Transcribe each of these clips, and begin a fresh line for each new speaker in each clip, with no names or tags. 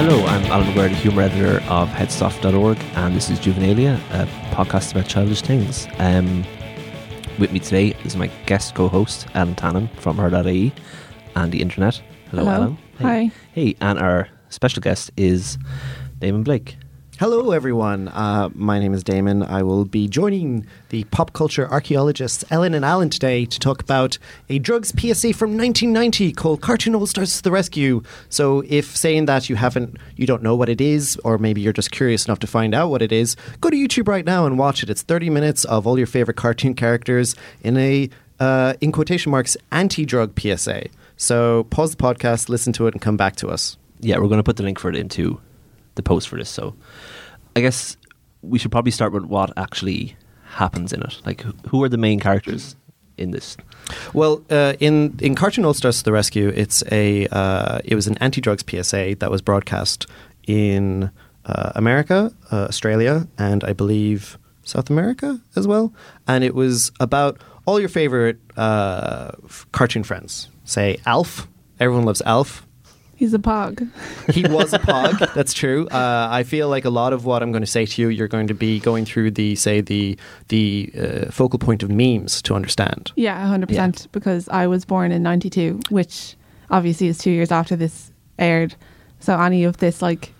Hello, I'm Alan McGuire, the humour editor of headstuff.org, and this is Juvenalia, a podcast about childish things. Um, with me today is my guest co host, Alan Tannum from her.ie E and the internet. Hello, Alan.
Hi.
Hey, and our special guest is Damon Blake.
Hello, everyone. Uh, my name is Damon. I will be joining the pop culture archaeologists Ellen and Alan today to talk about a drugs PSA from 1990 called "Cartoon All Stars to the Rescue." So, if saying that you haven't, you don't know what it is, or maybe you're just curious enough to find out what it is, go to YouTube right now and watch it. It's 30 minutes of all your favorite cartoon characters in a, uh, in quotation marks, anti-drug PSA. So, pause the podcast, listen to it, and come back to us.
Yeah, we're going to put the link for it into the post for this. So, I guess we should probably start with what actually happens in it. Like, wh- who are the main characters in this?
Well, uh, in in Cartoon All Stars to the Rescue, it's a uh, it was an anti drugs PSA that was broadcast in uh, America, uh, Australia, and I believe South America as well. And it was about all your favorite uh, f- cartoon friends. Say Alf. Everyone loves Alf.
He's a pog.
He was a pog. That's true. Uh, I feel like a lot of what I'm going to say to you, you're going to be going through the say the the uh, focal point of memes to understand.
Yeah, 100%. Because I was born in 92, which obviously is two years after this aired. So any of this like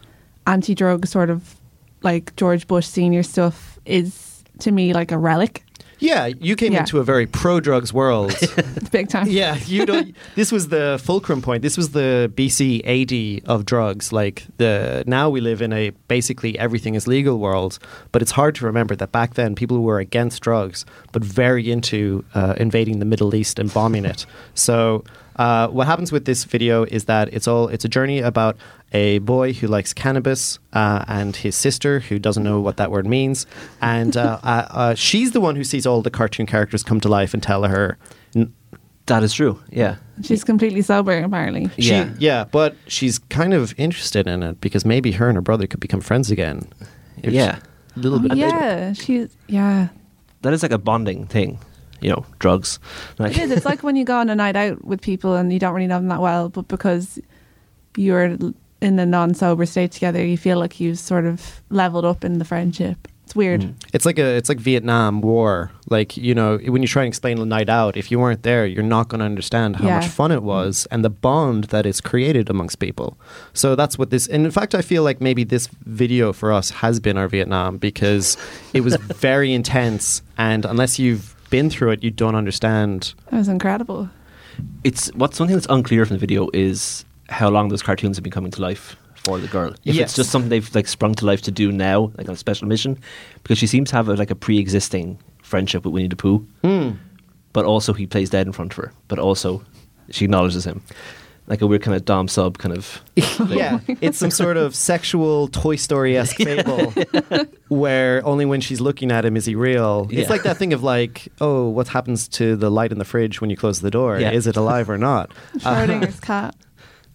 anti drug sort of like George Bush senior stuff is to me like a relic.
Yeah, you came
Yeah.
into a very pro drugs world.
It's big time.
yeah, you don't. This was the fulcrum point. This was the BC AD of drugs. Like the now we live in a basically everything is legal world, but it's hard to remember that back then people were against drugs, but very into uh, invading the Middle East and bombing it. So uh, what happens with this video is that it's all it's a journey about a boy who likes cannabis uh, and his sister who doesn't know what that word means and uh, uh, uh, she's the one who sees all the cartoon characters come to life and tell her "N-
That is true. Yeah.
She's completely sober, apparently.
she,
Yeah.
yeah. but she's kind of interested in it because maybe her and her brother could become friends again. If-
Yeah.
little bit.
Oh, Yeah, she's, yeah.
That is like a bonding thing, you know, drugs. Like,
It is. It's like when you go on a night out with people and you don't really know them that well, but because you're l- in a non sober state together, you feel like you've sort of leveled up in the friendship. It's weird.
It's like a it's like Vietnam War. Like you know, when you try and explain a night out, if you weren't there, you're not going to understand how
Yeah.
much fun it was and the bond that it's created amongst people. So that's what this. And in fact, I feel like maybe this video for us has been our Vietnam because it was very intense. And unless you've been through it, you don't understand.
That was incredible.
it's what's one thing that's unclear from the video is how long those cartoons have been coming to life for the girl. If it's
Yes.
just something they've like sprung to life to do now, like on a special mission, because she seems to have a, like a pre-existing friendship with Winnie the Pooh,
Hmm.
but also he plays dead in front of her, but also she acknowledges him, like a weird kind of dom sub kind of. thing.
yeah, it's some sort of sexual Toy Story esque fable where only when she's looking at him is he real.
Yeah.
It's like that thing of like, oh, what happens to the light in the fridge when you close the door?
Yeah.
Is it alive or not?
Schrodinger's cat.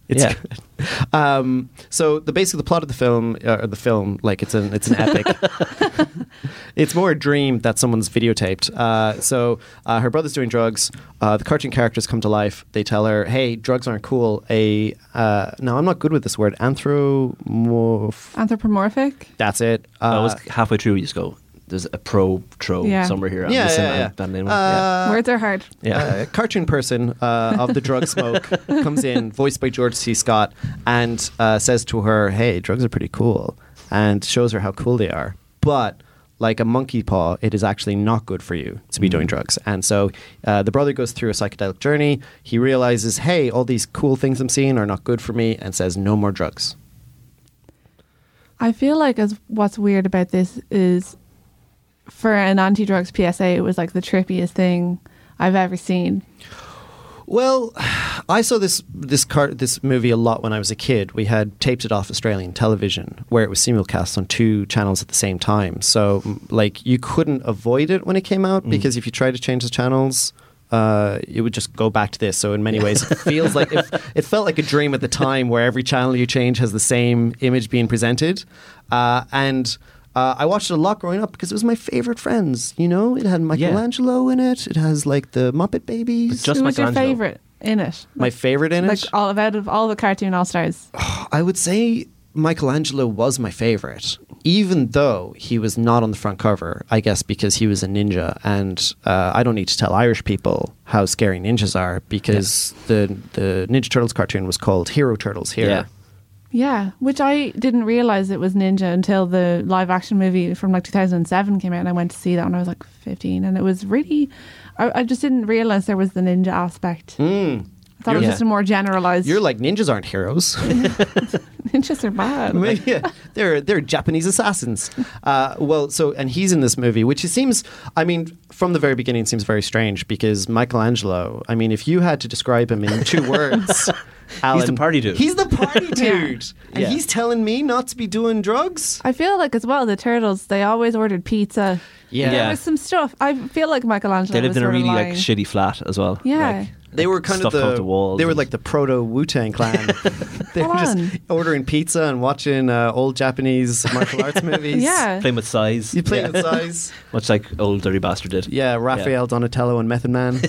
It's
Yeah.
good.
Mm.
Um, so the basic the plot of the film uh, or the film like it's an it's an epic. it's more a dream that someone's videotaped. Uh, so uh, her brother's doing drugs. Uh, the cartoon characters come to life. They tell her, "Hey, drugs aren't cool." A uh, no, I'm not good with this word. Anthropomorph.
Anthropomorphic.
That's it. Uh,
I Oh, was halfway through. You just go. There's a pro tro
Yeah.
somewhere here. I'm
yeah,
missing
yeah,
a
yeah.
band name. yeah.
Uh,
Words are hard.
Yeah.
uh, cartoon person uh, of the drug smoke comes in, voiced by George C. Scott, and uh, says to her, "Hey, drugs are pretty cool," and shows her how cool they are. But like a monkey paw, it is actually not good for you to be
Mm.
doing drugs. And so uh, the brother goes through a psychedelic journey. He realizes, "Hey, all these cool things I'm seeing are not good for me," and says, "No more drugs."
I feel like as what's weird about this is for an anti drugs PSA, it was like the trippiest thing I've ever seen.
Well, I saw this this car, this movie a lot when I was a kid. We had taped it off Australian television, where it was simulcast on two channels at the same time. So, m- like, you couldn't avoid it when it came out because if you tried to change the channels, uh, it would just go back to this. So, in many ways, it feels like it, it felt like a dream at the time, where every channel you change has the same image being presented, uh, and. Uh, I watched it a lot growing up because it was my favorite friends. You know, it had Michelangelo in it. It has like the Muppet Babies.
Just
Who was your
Michelangelo.
favorite in it?
My favorite in
like
it,
all of out of all the cartoon all stars.
oh, I would say Michelangelo was my favorite, even though he was not on the front cover. I guess because he was a ninja, and uh, I don't need to tell Irish people how scary ninjas are because the the Ninja Turtles cartoon was called Hero Turtles here.
Yeah.
Yeah, which I didn't realize it was Ninja until the live action movie from like 2007 came out, and I went to see that when I was like 15, and it was really, I, I just didn't realize there was the ninja aspect. I thought it was
Hmm. You're-
just a more generalized.
You're like ninjas aren't heroes.
ninjas are bad.
yeah, they're they're Japanese assassins. Uh, well, so and he's in this movie, which it seems. I mean, from the very beginning, it seems very strange because Michelangelo. I mean, if you had to describe him in two words, Alan,
the party dude.
He's the party
Yeah.
dude, and
Yeah.
he's telling me not to be doing drugs.
I feel like as well the turtles they always ordered pizza.
Yeah.
there was some stuff. I feel like Michelangelo.
They lived
was
in a
sort of
really like
lying.
shitty flat as well.
Yeah.
Like,
They were kind
stuff
of the,
off the walls.
They were
and-
like the proto Wu Tang clan. they were
Come
just
on.
ordering pizza and watching uh, old Japanese martial arts movies.
Yeah.
playing with size.
you play
Yeah.
with size.
Much like old dirty bastard did.
Yeah, Raphael Donatello and Method Man.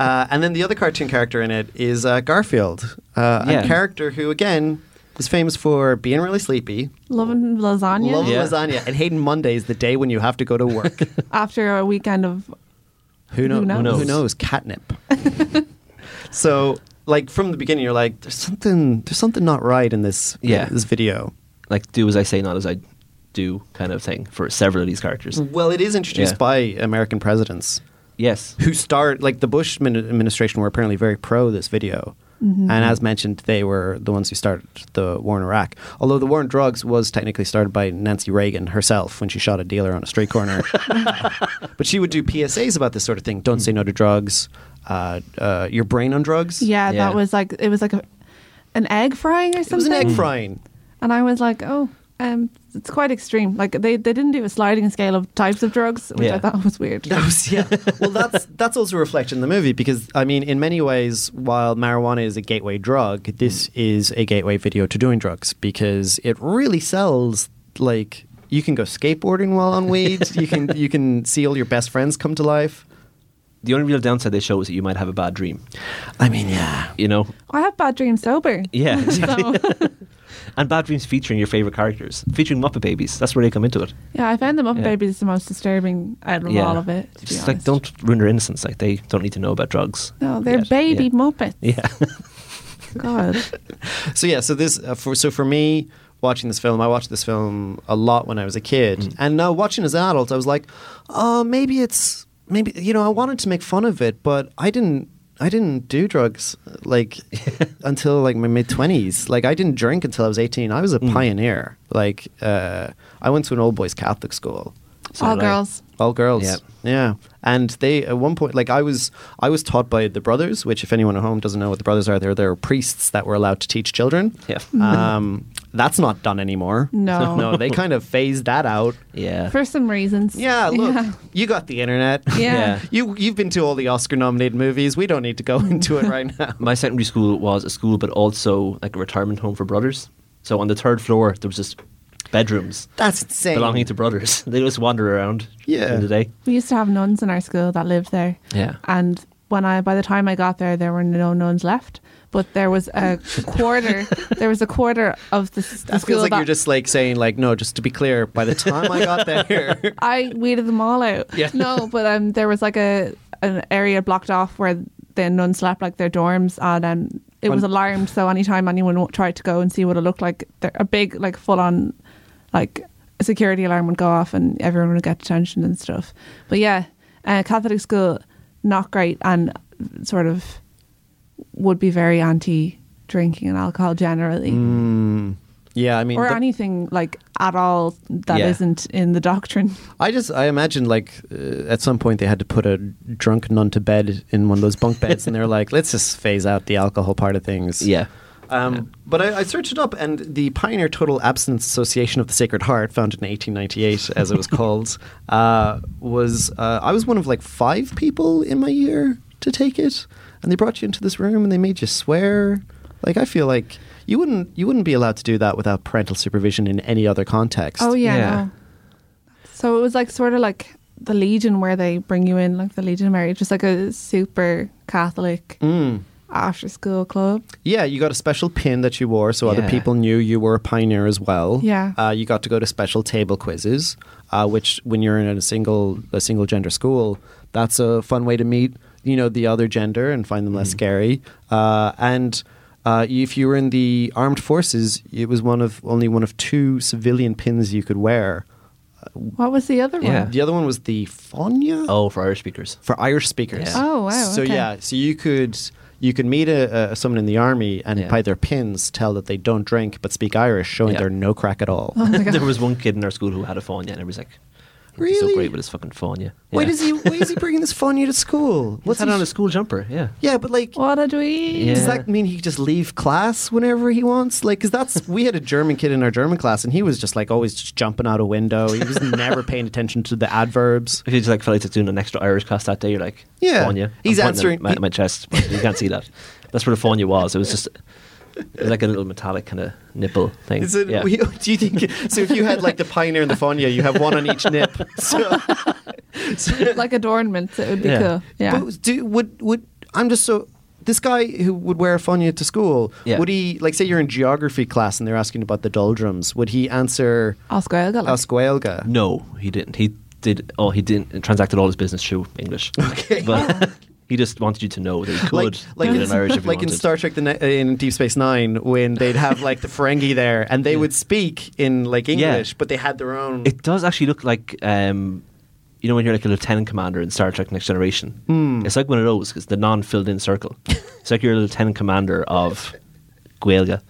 uh, and then the other cartoon character in it is uh, Garfield, uh, a
Yeah.
character who, again, is famous for being really sleepy,
Loving lasagna
loving
Yeah.
lasagna, and hating Monday is the day when you have to go to work.
after a weekend of
who, know-
Who knows?
who knows?
knows?
Catnip. so, like from the beginning, you're like, there's something, there's something not right in this,
Yeah.
this video.
Like do as I say, not as I do kind of thing for several of these characters.
Well, it is introduced
Yeah.
by American presidents.
Yes.
who start like the Bush min- administration were apparently very pro this video, and as mentioned, they were the ones who started the war in Iraq. Although the war on drugs was technically started by Nancy Reagan herself when she shot a dealer on a street corner, but she would do PSAs about this sort of thing: don't say no to drugs, uh, uh, your brain on drugs.
yeah,
Yeah.
that was like it was like a, an egg frying or something.
it was an egg frying.
And I was like, oh, um, it's quite extreme. Like they, they didn't do a sliding scale of types of drugs, which I
Yeah.
thought was weird.
That was- yeah. well, that's that's also reflected in the movie because I mean, in many ways, while marijuana is a gateway drug, this is a gateway video to doing drugs because it really sells. Like you can go skateboarding while on weed. you can you can see all your best friends come to life.
The only real downside they show is that you might have a bad dream.
I mean, yeah.
You know?
I have bad dreams sober.
Yeah.
So,
and bad dreams featuring your favorite characters, featuring Muppet Babies. That's where they come into it.
yeah, I found the Muppet
Yeah.
Babies the most disturbing out of all of it. To be
Just like
honest.
don't ruin their innocence. Like they don't need to know about drugs.
No, they're
yet.
baby Muppets.
Yeah. yeah.
God.
So yeah. So this uh, for so for me. Watching this film, I watched this film a lot when I was a kid, and now watching as an adult, I was like, "Oh, maybe it's maybe you know." I wanted to make fun of it, but I didn't. I didn't do drugs uh, like until like my mid twenties. Like I didn't drink until I was eighteen. I was a pioneer. Like uh, I went to an old boys Catholic school,
So
all
did I.
girls.
all girls.
Yep.
Yeah, and they at one point like I was I was taught by the brothers, which if anyone at home doesn't know what the brothers are, they're they're priests that were allowed to teach children.
Yeah.
Um, that's not done anymore.
No.
no, they kind of phased that out.
Yeah.
For some reasons.
Yeah, look, you got the internet.
Yeah.
Yeah.
You you've been to all the Oscar nominated movies. We don't need to go into it right now.
my secondary school was a school, but also like a retirement home for brothers. So on the third floor, there was just bedrooms
That's insane.
belonging to brothers. They just wander around
Yeah.
in the day.
We used to have nuns in our school that lived there.
Yeah.
And when I by the time I got there there were no nuns left. But there was a quarter there was a quarter of the, s- the
that
school
feels like
that
you're just like saying like no. Just to be clear, by the time I got there,
I weeded them all out.
Yeah.
No, but um there was like a an area blocked off where the nuns slept like their dorms and um it was
On-
alarmed so anytime anyone w- tried to go and see what it looked like there, a big like full on like security alarm would go off and everyone would get detention and stuff but yeah uh, catholic school not great and sort of would be very anti drinking and alcohol generally
yeah, I mean,
or
the-
anything like at all that
Yeah.
not in the doctrine
I just I imagine like uh, at some point they had to put a drunk nun to bed in one of those bunk beds, and they're like, let's just phase out the alcohol part of things.
Yeah.
Um, But I, I searched it up, and the Pioneer Total Abstinence Association of the Sacred Heart, founded in 1898, as it was called, uh, was uh, I was one of like five people in my year to take it, and they brought you into this room and they made you swear. Like I feel like you wouldn't you wouldn't be allowed to do that without parental supervision in any other context.
Oh yeah.
Yeah.
no. So it was like sort of like the
Mm.
Legion where they bring you in, like the Legion of Mary, just like a super Catholic after school club.
Yeah, you got a special pin that you wore, so other
Yeah.
people knew you were a pioneer as well.
Yeah.
uh, you got to go to special table quizzes, uh, which when you're in a single a single gender school, that's a fun way to meet you know the other gender and find them less scary. Uh, and uh, if you were in the armed forces, it was one of only one of two civilian pins you could wear.
What was the other
Yeah.
one?
The other one was the Fania
Oh, for Irish speakers.
for Irish speakers.
Yeah.
Oh, wow,
So
okay.
yeah, so you could you could meet a, a someone in the army and
Yeah.
by their pins tell that they don't drink but speak Irish, showing
Yeah.
they're no crack at all.
Oh my God.
there was one kid in our school who had a phone, yeah, and it was like, "You're
Really?
so great with his fucking phone, yeah.
Why
Yeah.
does he? Why is he bringing this Fania to school?
What's that
he
on a
sh-
school jumper? Yeah.
Yeah, but like.
What a dweeb.
Yeah.
Does that mean he could just leave class whenever he wants? Like, because that's we had a German kid in our German class, and he was just like always just jumping out a window. He was never paying attention to the adverbs.
If you just like felt like it's doing an extra Irish class that day, you're like,
Yeah.
Fáinne. I'm
He's
pointing at
answering-
my, my chest. But you can't see that. That's where the Fáinne was. It was just it was like a little metallic kind of nipple thing.
Is it?
yeah.
do you think so? If you had like the pioneer and the Fania, you have one on each nip. So.
like adornments, it would be
Yeah.
cool. Yeah.
But do would would I'm just so this guy who would wear a fanya to school
Yeah.
would he like say you're in geography class and they're asking about the doldrums would he answer
Oscar, I got like,
Ascuelga?
No, he didn't. He did. Oh, he didn't. Transacted all his business through English. Okay, but he just wanted you to know that he could
Like, like,
do it in Irish if he
like in
wanted.
Star Trek, the ne- in Deep Space Nine, when they'd have like the Ferengi there, and they would speak in like English, but they had their own.
It does actually look like, um, you know, when you're like a lieutenant commander in Star Trek Next Generation.
Hmm.
It's like one of those because the non-filled in circle. it's like you're a lieutenant commander of Gaelga.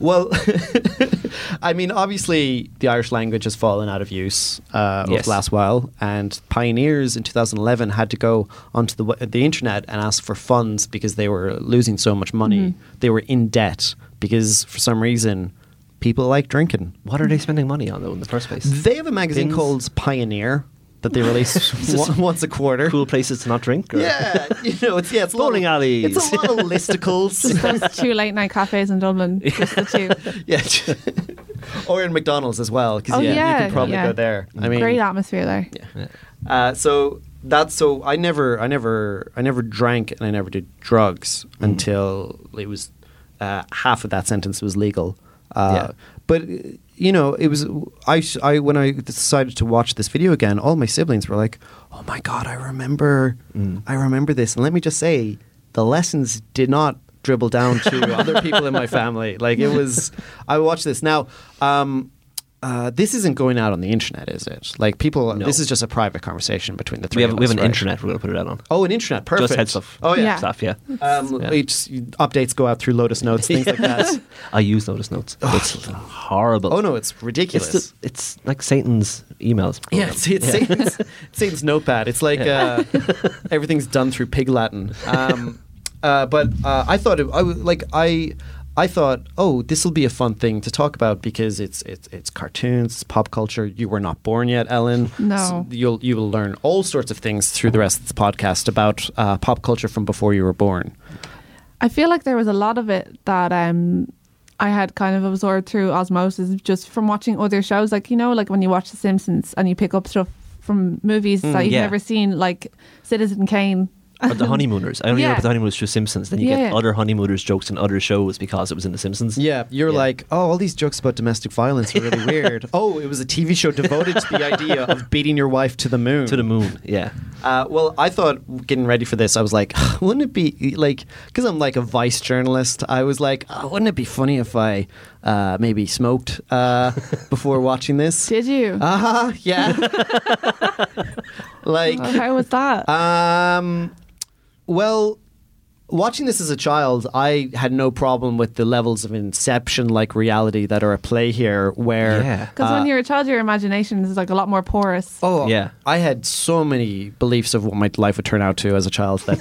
Well, I mean, obviously, the Irish language has fallen out of use uh, over
Yes.
the last while, and pioneers in 2011 had to go onto the w- the internet and ask for funds because they were losing so much money.
Mm-hmm.
They were in debt because for some reason people like drinking.
What are they spending money on though in the first place?
They have a magazine
Things-
called Pioneer that they release on- once a quarter.
Cool places to not drink. Or?
Yeah, you know, it's yeah, it's a lot
Bowling
of-
alleys.
It's a lot of listicles.
those two late night cafes in Dublin. Just the two.
Yeah. or in McDonald's as well, because
Oh,
yeah, you
yeah,
can probably
yeah.
go there. I mean,
Great atmosphere there.
uh, so that's so I never, I never, I never drank and I never did drugs until it was uh, half of that sentence was legal. Uh,
Yeah.
But uh, you know, it was I, s- I- when I decided to watch this video again, all my siblings were like, "Oh my god, I remember,
Mm.
I remember this." And let me just say, the lessons did not dribble down to other people in my family. Like it was, I watched this now. Um, uh, this isn't going out on the internet, is it? Like people,
No.
this is just a private conversation between the
We
three.
have
of
we have
us,
an
right?
internet. We're going to put it out on.
Oh, an internet, perfect.
Just heads stuff.
Oh yeah.
Yeah.
stuff. Yeah.
Um,
Yeah.
Each updates go out through Lotus Notes, things like that.
I use Lotus Notes. It's horrible.
Oh no, it's
It's
ridiculous.
the, it's like Satan's emails.
yeah, it's, it's Satan's, Satan's notepad. It's like uh, everything's done through Pig Latin. Um, uh, but uh, I thought it, I was like I. I thought, oh, this will be a fun thing to talk about because it's it's it's cartoons, it's pop culture. You were not born yet, Ellen.
No.
So you'll you will learn all sorts of things through the rest of this podcast about uh, pop culture from before you were born.
I feel like there was a lot of it that um I had kind of absorbed through osmosis just from watching other shows. Like, you know, like when you watch The Simpsons and you pick up stuff from movies that you've
Mm, yeah.
never seen, like Citizen Kane.
Or the honeymooners. I only
Yeah.
remember the honeymooners through Simpsons. Then you get
Yeah.
other honeymooners jokes in other shows because it was in the Simpsons.
Yeah, you're
Yeah.
like, oh, all these jokes about domestic violence are really weird. Oh, it was a TV show devoted to the idea of beating your wife to the moon.
To the moon. Yeah.
Uh, well, I thought getting ready for this, I was like, wouldn't it be like, because I'm like a vice journalist, I was like, oh, wouldn't it be funny if I uh, maybe smoked uh, before watching this?
Did you?
Uh huh, yeah. like,
Oh, how was that?
Uh,
um, well, watching this as a child, I had no problem with the levels of inception like reality that are at play here, where.
Yeah.
Because when you're a child, your imagination is like a lot more porous.
Oh,
Yeah.
I had so many beliefs of what my life would turn out to as a child that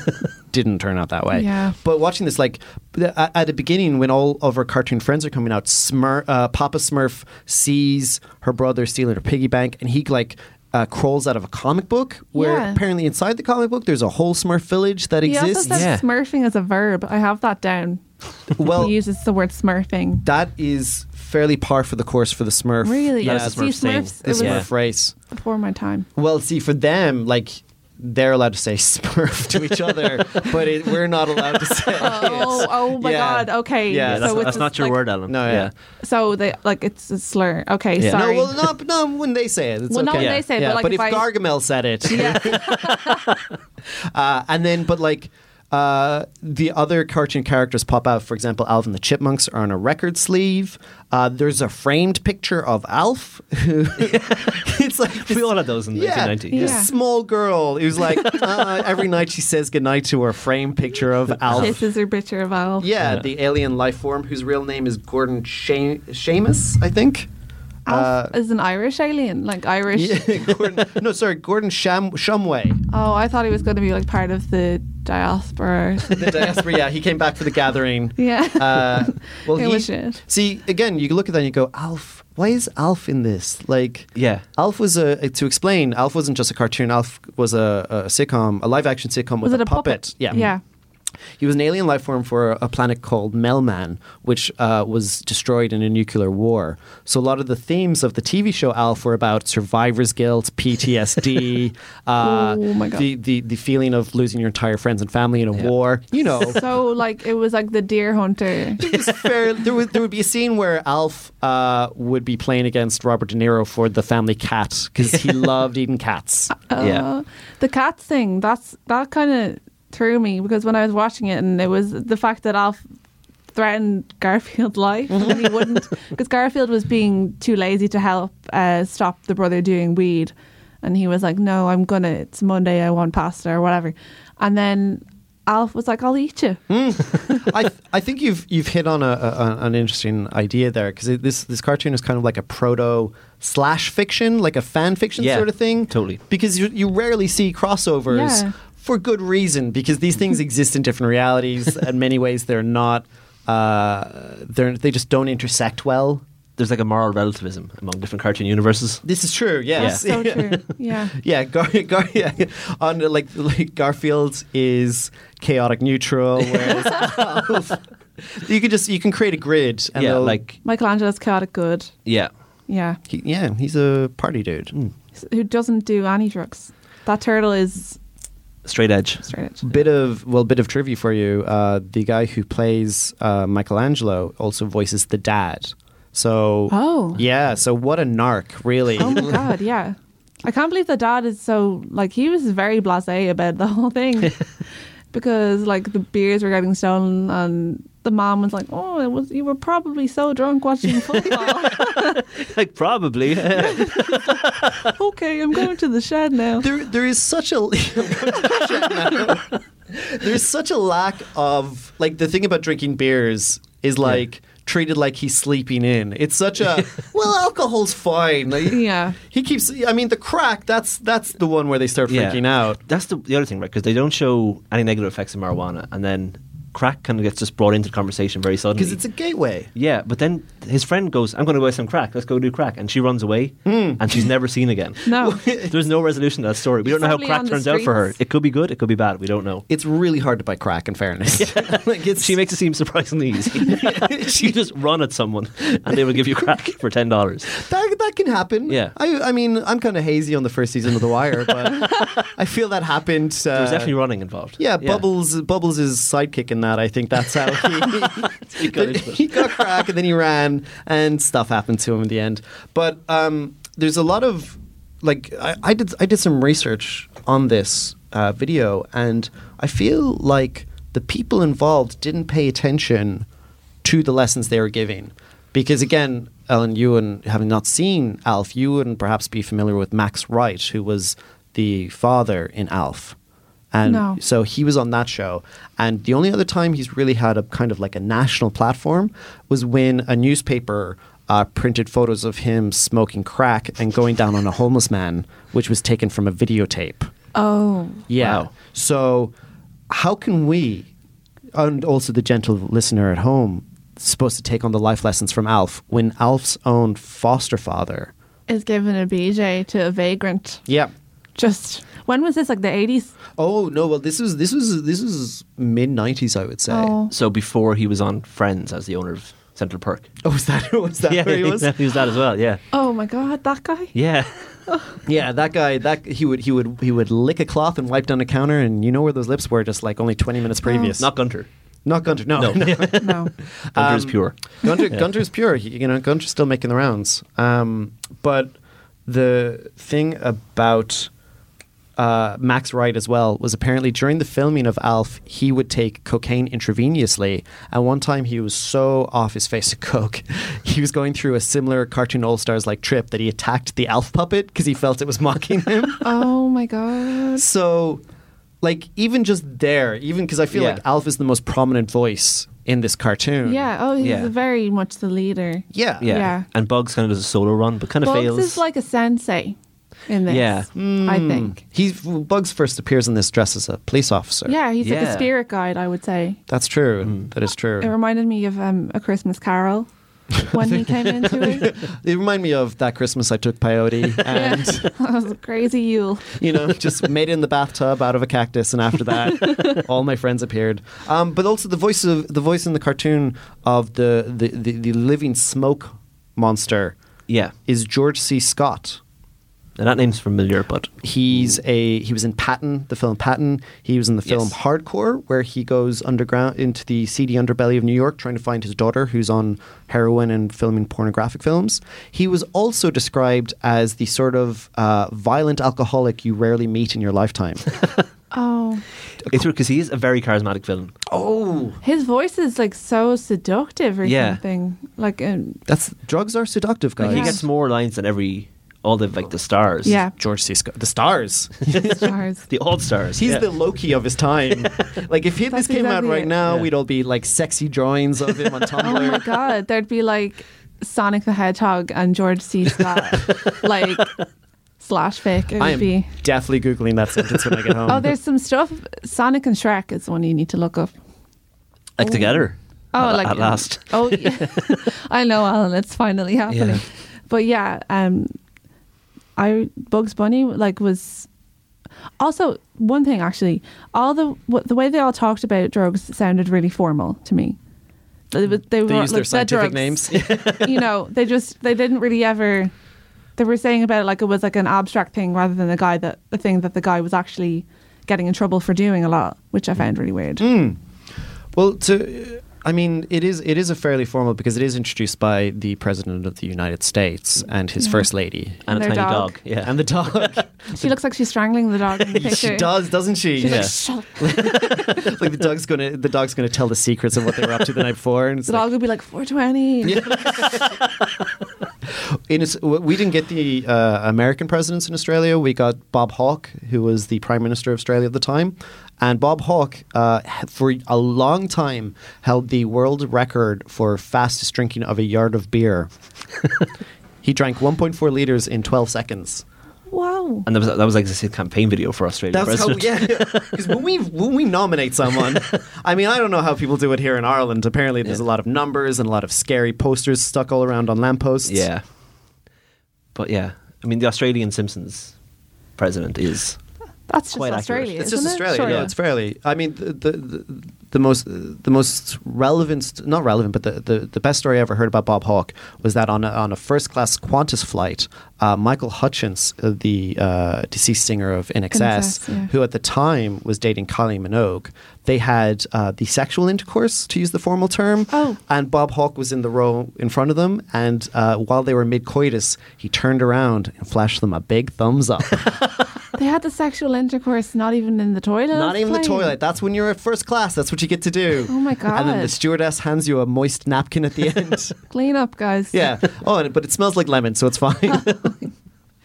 didn't turn out that way.
Yeah.
But watching this, like th- at at the beginning, when all of our cartoon friends are coming out, Smur- uh, Papa Smurf sees her brother stealing her piggy bank, and he like. Uh, crawls out of a comic book where
Yeah.
apparently inside the comic book there's a whole Smurf village that
he also
exists.
said
Yeah.
smurfing as a verb. I have that down.
Well,
he uses the word smurfing.
that is fairly par for the course for the Smurf.
Really?
Yeah,
Yeah,
it's
See,
Smurf's thing.
Smurfs,
the
it was
Yeah.
Smurf race.
before my time.
Well, see, for them, like they're allowed to say smurf to each other, but it, we're not allowed to say.
Oh,
it.
oh my
Yeah.
God. Okay.
Yeah,
that's,
so it's
that's
just
not your
like-
word, Alan.
No, yeah.
So they like it's a slur. Okay,
Yeah. No,
sorry.
No, well, not no when they say it. It's
Well, not
okay.
when
Yeah.
they say it,
yeah,
but like if,
if,
I,
Gargamel said it,
yeah,
uh, and then but like uh, the other cartoon characters pop out. For example, Alf and the Chipmunks are on a record sleeve. Uh, there's a framed picture of Alf. Who it's like
We all had those in
yeah,
1990.
this
Yeah.
small girl who's like uh, every night she says goodnight to her framed picture of Alf.
kisses are bitter of all.
Yeah,
Yeah.
the alien life form whose real name is Gordon Sha- Seamus, I think.
Alf is an Irish alien, like Irish.
uh, Yeah, Gordon, no, sorry, Gordon Sham- Shumway.
Oh, I thought he was going to be like part of the diaspora. or something.
The diaspora, yeah, he came back for the gathering.
yeah.
Uh, well,
It
he,
was shit.
see again. You look at that and you go, Alf. Why is Alf in this? Like,
Yeah.
Alf was a to explain. Alf wasn't just a cartoon. Alf was a, a sitcom, a live action sitcom with
was it
a,
a puppet?
Yeah,
Yeah.
He was an alien life form for a planet called Melman, which uh, was destroyed in a nuclear war. So a lot of the themes of the TV show Alf were about survivor's guilt, PTSD, uh,
Oh my God.
The, the the feeling of losing your entire friends and family in a
Yeah.
war. You know,
So like it was like the deer hunter.
it was fair. There would there would be a scene where Alf uh, would be playing against Robert De Niro for the family cat because he loved eating cats.
Uh,
Uh-huh.
Yeah.
The cat thing. That's that kind of threw me because when I was watching it and it was the fact that Alf threatened Garfield's life and then he wouldn't because Garfield was being too lazy to help uh, stop the brother doing weed and he was like no I'm gonna it's Monday I want pasta or whatever and then Alf was like I'll eat you
I th- I think you've you've hit on a, a an interesting idea there because this this cartoon is kind of like a proto slash fiction, like a fan fiction
Yeah,
sort of thing.
totally.
Because you you rarely see crossovers
Yeah.
for good reason because these things exist in different realities. in many ways, they're not. Uh, they're they just don't intersect well.
There's like a moral relativism among different cartoon universes.
This is true. Yes.
that's so true yeah
Yeah, Gar, Gar, yeah, on the, like like Garfield is chaotic neutral, whereas Alf- you can just you can create a grid. And
yeah,
they'll-
like,
Michelangelo's chaotic good
yeah.
yeah
he, yeah, he's a party dude.
Hmm.
who doesn't do any drugs that turtle is
Straight edge.
straight edge.
Bit of well, bit of trivia for you. Uh, the guy who plays uh, Michelangelo also voices the dad. So
Oh.
yeah, so what a narc, really.
Oh my god, yeah. I can't believe the dad is so like he was very blasé about the whole thing because like the beers were getting stolen and the mom was like, "Oh, it was you were probably so drunk watching football."
like, probably.
okay, I'm going to the shed now.
there there is such a there's such a lack of like the thing about drinking beers is like treated like he's sleeping in. It's such a well, alcohol's fine. Like,
Yeah.
he keeps. I mean, the crack. That's that's the one where they start freaking out.
That's the, the other thing, right? Because they don't show any negative effects of marijuana, and then crack kind of gets just brought into the conversation very suddenly.
Because it's a gateway.
yeah, but then his friend goes, "I'm going to buy some crack. Let's go do crack," and she runs away,
Hmm.
and she's never seen again.
No.
There's no resolution to that story. We don't know how
Suddenly
crack
on the
turns out for her.
streets.
It could be good. It could be bad. We don't know.
It's really hard to buy crack. In fairness, like it's
She makes it seem surprisingly easy. she just run at someone, and they will give you crack for ten dollars.
that, that can happen.
Yeah.
I I mean, I'm kind of hazy on the first season of The Wire, but I feel that happened. Uh,
There's definitely running involved.
Yeah, Bubbles Bubbles is sidekick in that. I think that's how he,
He got into it.
he got crack and then he ran and stuff happened to him in the end. But um, there's a lot of like I, I did I did some research on this uh, video and I feel like the people involved didn't pay attention to the lessons they were giving because again. Ellen, you and having not seen Alf, you wouldn't perhaps be familiar with Max Wright, who was the father in Alf. And
No.
so he was on that show. And the only other time he's really had a kind of like a national platform was when a newspaper uh, printed photos of him smoking crack and going down on a homeless man, which was taken from a videotape.
Oh.
Yeah.
Wow.
So, how can we, and also the gentle listener at home, supposed to take on the life lessons from Alf when Alf's own foster father?
Is giving a BJ to a vagrant.
Yeah.
Just when was this like the 80s?
Oh no! Well, this was this was this was mid '90s, I would say.
Oh.
So before he was on Friends as the owner of Central Park.
Oh, was that was that
yeah,
where he was?
exactly, was that as well. Yeah,
Oh my god, that guy.
yeah.
Yeah, that guy. That he would he would he would lick a cloth and wipe down a counter, and you know where those lips were just like only twenty minutes previous.
Not Gunter.
not Gunter. No,
No, Gunter
No.
is
Um,
pure.
Gunter, Gunter's pure. He, you know, Gunter's still making the rounds. Um, but the thing about uh, Max Wright as well was apparently during the filming of Alf, he would take cocaine intravenously. And one time he was so off his face to coke, he was going through a similar cartoon All Stars like trip that he attacked the Alf puppet because he felt it was mocking him.
Oh my god.
So, like, even just there, even because I feel
Yeah.
like Alf is the most prominent voice in this cartoon.
Yeah. Oh, he's
Yeah.
very much the leader.
Um, Yeah.
Yeah.
yeah.
and Bugs kind of does a solo run, but kind of
Bugs
fails.
is like a sensei in this.
Yeah. Hmm.
I think.
He Bugs first appears in this dress as a police officer.
Yeah, he's like
Uh, Yeah.
a spirit guide. I would say
That's true. That is true.
it reminded me of um, a Christmas Carol when he came into it.
It remind me of that Christmas I took peyote and
That was a crazy Yule.
you know just made it in the bathtub out of a cactus and after that all my friends appeared. Um, but also the voice of the voice in the cartoon of the the, the, the living smoke monster
yeah,
is George C. Scott.
and that name's familiar, but
He's a he was in Patton, the film Patton. He was in the film
Yes.
Hardcore, where he goes underground into the seedy underbelly of New York, trying to find his daughter, who's on heroin and filming pornographic films. He was also described as the sort of uh, violent alcoholic you rarely meet in your lifetime.
Oh,
it's weird because he is a very charismatic villain.
oh,
his voice is like so seductive or
Yeah.
something. Like, um,
that's drugs are seductive,
Like
guys.
he gets more lines than every all the like the stars.
yeah,
George C. Scott, the stars.
stars.
the old stars.
He's
yeah.
the Loki of his time. like if he, this
That's
came out
exactly
right
it.
now,
Yeah.
we'd all be like sexy drawings of him on Tumblr.
Oh my god, there'd be like Sonic the Hedgehog and George C. Scott, like slash fic. It
I
would
am
be.
definitely googling that sentence when I get home.
Oh, there's some stuff. Sonic and Shrek is one you need to look up.
like together.
Oh,
at,
like
at last.
Oh, yeah. I know, Alan. It's finally happening.
Yeah.
But yeah, um, I Bugs Bunny like was also one thing actually. All the what, the way they all talked about drugs sounded really formal to me. They, was- they
they
were
use
like,
their
said drugs.
scientific names.
you know, they just they didn't really ever. They were saying about it like it was like an abstract thing rather than the guy that the thing that the guy was actually getting in trouble for doing a lot, which I found really weird.
well, to I mean, it is it is a fairly formal because it is introduced by the president of the United States and his first lady
And, a
their
tiny dog.
dog.
Yeah.
and the dog.
She looks like she's strangling the dog in the picture.
she does, doesn't she?
She's like,
Shut up.
like the dog's gonna the dog's gonna tell the secrets of what they were up to the night before. And it's
The
like-
dog would be like 420.
in Aus- w- we didn't get the uh, American presidents in Australia. We got Bob Hawke, who was the Prime Minister of Australia at the time, and Bob Hawke uh, ha- for a long time held the world record for fastest drinking of a yard of beer. he drank 1.4 liters in 12 seconds.
Wow.
and that was that was like a campaign video for Australia. president.
yeah. Because when we when we nominate someone, I mean, I don't know how people do it here in Ireland. Apparently, there's
Yeah.
a lot of numbers and a lot of scary posters stuck all around on lampposts.
Yeah. But yeah, I mean, the Australian Simpsons president is.
That's just
Quite accurate.
Australia.
It's
isn't
just
it?
Australia.
Sure.
No, it's fairly. I mean, the the, the, the most the most relevant, st- not relevant, but the, the, the best story I ever heard about Bob Hawke was that on a, on a first class Qantas flight, uh, Michael Hutchence, uh, the uh, deceased singer of NXS,
NXS, yeah.
who at the time was dating Kylie Minogue, they had uh, the sexual intercourse, to use the formal term.
Oh.
And Bob Hawke was in the row in front of them, and uh, while they were mid coitus, he turned around and flashed them a big thumbs up.
They had the sexual intercourse not even in the toilet.
Not even the
Plane.
toilet. That's when you're at first class. That's what you get to do.
Oh my
And then the
God.
stewardess hands you a moist napkin at the end.
Clean up, guys.
yeah. Oh, and, but it smells like lemon, so it's fine.
Oh.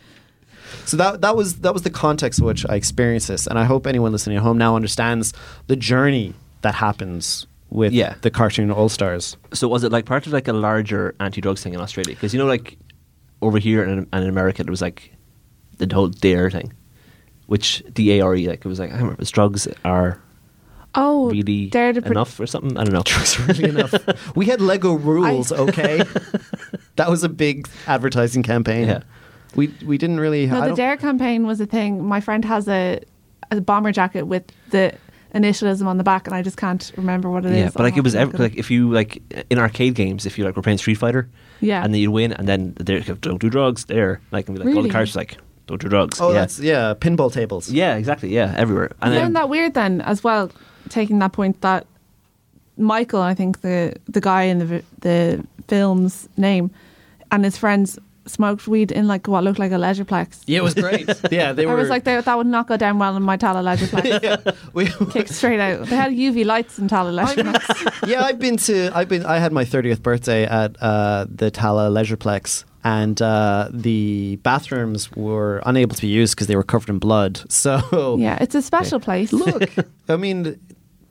so that that was that was the context in which I experienced this, and I hope anyone listening at home now understands the journey that happens with
Yeah.
the cartoon All Stars.
So was it like part of like a larger anti-drugs thing in Australia? Because you know, like over here and in, in America, there was like the whole dare E thing, which D A R E. Like it was like I remember it was drugs are
Oh,
really
dare to pre-
enough or something. I don't know. Drugs are really
Enough. we had Lego rules, okay? that was a big advertising campaign.
Yeah.
We we didn't really. I
No, the
don't-
dare campaign was a thing. My friend has a, a bomber jacket with the initialism on the back, and I just can't remember what it is.
yeah, but
I'll
like it
have
was
to
ever
look it up.
like if you like in arcade games, if you like were playing Street Fighter,
Yeah.
and then you'd win, and then they're like, don't do drugs there, like and be like all the
Really?
cards like don't do drugs.
Oh,
yeah,
that's yeah, pinball tables.
yeah, exactly, yeah, everywhere. And
Isn't
then
that weird then as well? Taking that point that Michael, I think the the guy in the vi- the film's name, and his friends smoked weed in like what looked like a leisureplex.
Yeah, it was great. yeah, they
I
were
was like, they, that would not go down well in my Tala Leisureplex.
we,
Kick straight out. They had UV lights in Tala Leisureplex.
yeah, I've been to. I've been. I had my thirtieth birthday at uh, the Tala Leisureplex, and uh, the bathrooms were unable to be used because they were covered in blood. So
yeah, it's a special place.
look, I mean,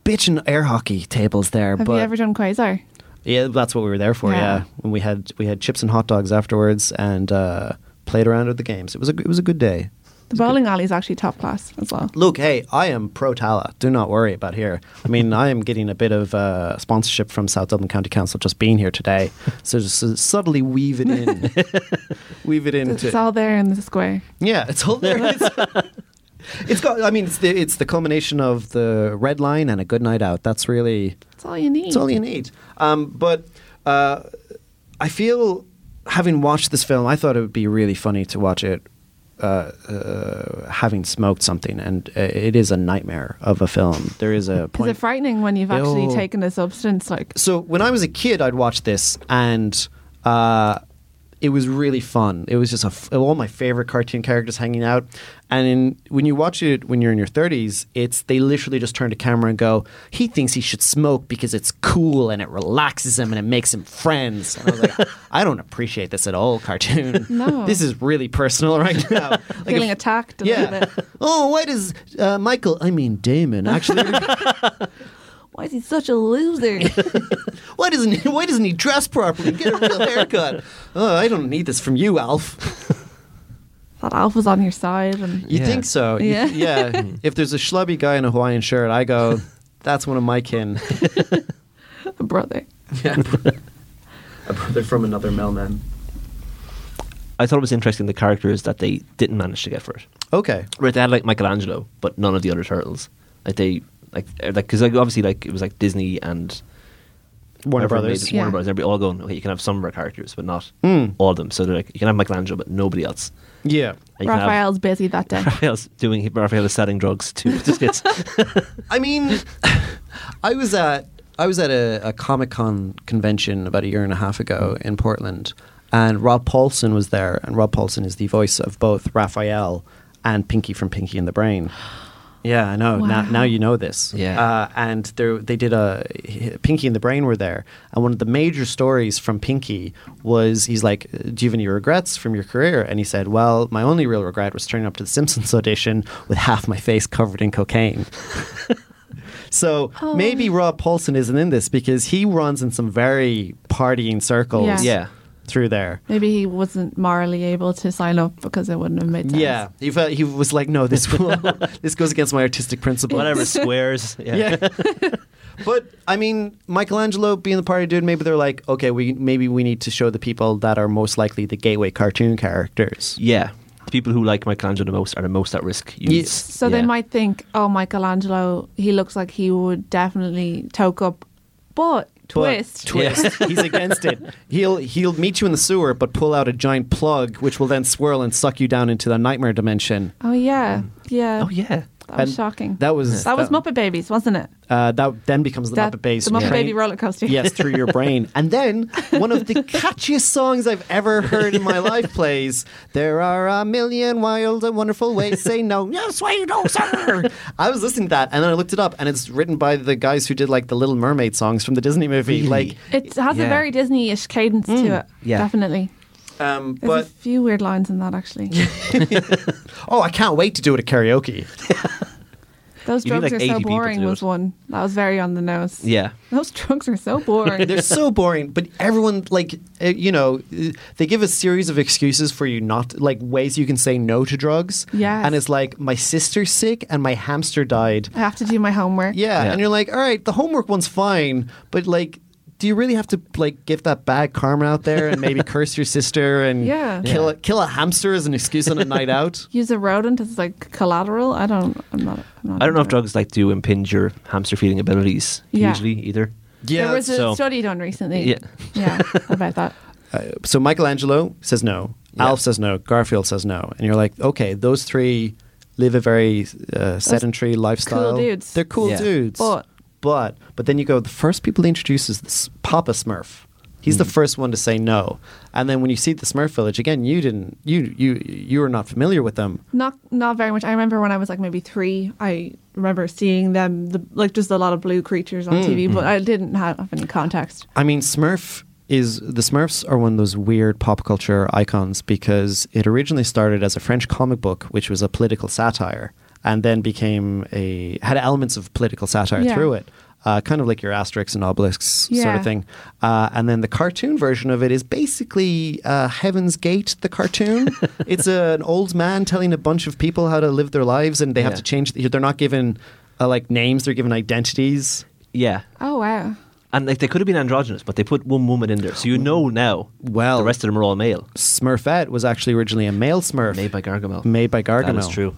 bitchin' air hockey tables there.
Have
but
you ever done Quasar?
yeah, that's what we were there for. Yeah,
Yeah.
and we had we had chips and hot dogs afterwards, and uh, played around with the games. It was a it was a good day.
The bowling alley is actually top class as well.
Look, hey, I am pro Tala. Do not worry about here. I mean, I am getting a bit of uh, sponsorship from South Dublin County Council just being here today. So just uh, subtly weave it in. weave it into.
It's all there in the square.
yeah, it's all there. It's- it's got, I mean, it's the, it's the culmination of the red line and a good night out. That's really.
It's all you need.
It's all you need. Um, but uh, I feel, having watched this film, I thought it would be really funny to watch it uh, uh, having smoked something, and uh, it is a nightmare of a film. There is a
Is
point.
it frightening when you've actually
Ew.
taken a substance? Like,
so when I was a kid, I'd watch this, and uh, it was really fun. It was just a f- all my favorite cartoon characters hanging out. And in, when you watch it when you're in your 30s, it's they literally just turn to camera and go, "He thinks he should smoke because it's cool and it relaxes him and it makes him friends." And I was like, "I don't appreciate this at all, cartoon.
No.
This is really personal right now. Like
feeling
if-
attacked a little
yeah.
bit.
Oh, why does uh, Michael? I mean, Damon actually.
Why is he such a loser?
Why doesn't he, why doesn't he dress properly? Get a real haircut. Oh, I don't need this from you, Alf.
that Alf was on your side, and
You
Yeah.
think so? You-
Yeah.
yeah. if there's a schlubby guy in a Hawaiian shirt, I go, that's one of my kin.
a brother.
a brother from another mailman.
I thought it was interesting the characters that they didn't manage to get for it.
Okay.
Right, they had like Michelangelo, but none of the other turtles. Like they like er, like because like obviously like it was like Disney and
Warner
everyone
Brothers.
made- Warner
Yeah.
Brothers. Everybody all going. Okay, you can have some of our characters, but not
Hmm.
all of them. So they're like, you can have Michelangelo, but nobody else.
Yeah.
And you can have-
Raphael's busy that day.
Raphael's doing. Raphael is selling drugs to to kids.
I mean, I was at I was at a, a Comic Con convention about a year and a half ago in Portland, and Rob Paulson was there, and Rob Paulson is the voice of both Raphael and Pinky from Pinky and the Brain. Yeah, I know. Now,
Wow.
now you know this.
Yeah.
Uh, and there, they did a Pinky and the Brain were there, and one of the major stories from Pinky was he's like, "Do you have any regrets from your career?" And he said, "Well, my only real regret was turning up to the Simpsons audition with half my face covered in cocaine." So
Oh.
maybe Rob Paulson isn't in this because he runs in some very partying circles
Yeah.
yeah,
through there.
Maybe he wasn't morally able to sign up because it wouldn't have made sense.
Yeah, he, felt, he was like, no, this will, this goes against my artistic principle.
whatever squares. Yeah.
Yeah. but I mean, Michelangelo being the party dude, maybe they're like, okay, we maybe we need to show the people that are most likely the gateway cartoon characters.
Yeah. The people who like Michelangelo the most are the most at risk.
Yes.
Yes.
So they might think, oh, Michelangelo, he looks like he would definitely toke up, but twist.
twist. He's against it. He'll he'll meet you in the sewer, but pull out a giant plug, which will then swirl and suck you down into the nightmare dimension.
Oh yeah, yeah.
Oh yeah.
That was
And
shocking.
That was
that was Muppet Babies, wasn't it?
Uh, that then becomes the
That-
Muppet Bass.
the Muppet
train-
Baby roller coaster.
yes, through your brain. And then one of the catchiest songs I've ever heard in my life plays There Are a Million Wild and Wonderful Ways Say No. Yes, way no, sir. I was listening to that and then I looked it up and it's written by the guys who did like the Little Mermaid songs from the Disney movie. Like,
It has
Yeah.
a very Disney-ish cadence to it.
yeah.
definitely.
um,
There's
but
a few weird lines in that actually.
oh, I can't wait to do it at karaoke.
Those
You need,
drugs
like,
are
80
so
people to
boring
do
was
it.
one. That was very on the nose.
Yeah.
Those drugs are so boring.
They're so boring, but everyone like uh, you know uh, they give a series of excuses for you not like ways you can say no to drugs.
Yes.
and it's like my sister's sick and my hamster died.
I have to do my homework.
Yeah,
Yeah.
and you're like, all right, the homework one's fine, but like. do you really have to like give that bad karma out there and maybe curse your sister and
Yeah.
kill
Yeah.
A, kill a hamster as an excuse on a night out?
Use a rodent as like collateral. I don't. I'm not. I'm not
I don't know if
into it.
drugs like do impinge your hamster feeding abilities
Yeah.
hugely either.
Yeah.
there was a
so-
study done recently.
Yeah.
Yeah, about that.
uh, so Michelangelo says no.
Yeah.
Alf says no. Garfield says no. And you're like, okay, those three live a very uh, sedentary lifestyle.
dudes.
They're cool
Yeah.
dudes.
But-
but but then you go. The first people he introduces this Papa Smurf. He's
Hmm.
the first one to say no. And then when you see the Smurf Village again, you didn't you you you were not familiar with them.
Not not very much. I remember when I was like maybe three. I remember seeing them, the, like just a lot of blue creatures
Hmm,
on TV, but I didn't have, have any context.
I mean, Smurf is the Smurfs are one of those weird pop culture icons because it originally started as a French comic book, which was a political satire, and then became a had elements of political satire
Yeah.
through it. Uh, kind of like your asterisks and obelisks sort
Yeah.
of thing, uh, and then the cartoon version of it is basically uh, Heaven's Gate, the cartoon. it's a, an old man telling a bunch of people how to live their lives, and they have
Yeah.
to change. They're not given uh, like names; they're given identities.
Yeah.
Oh wow.
And like they could have been androgynous, but they put one woman in there. So you know now
Well-
the rest of them are all male.
Smurfette was actually originally a male Smurf
Made by Gargamel.
Made by Gargamel.
That is true.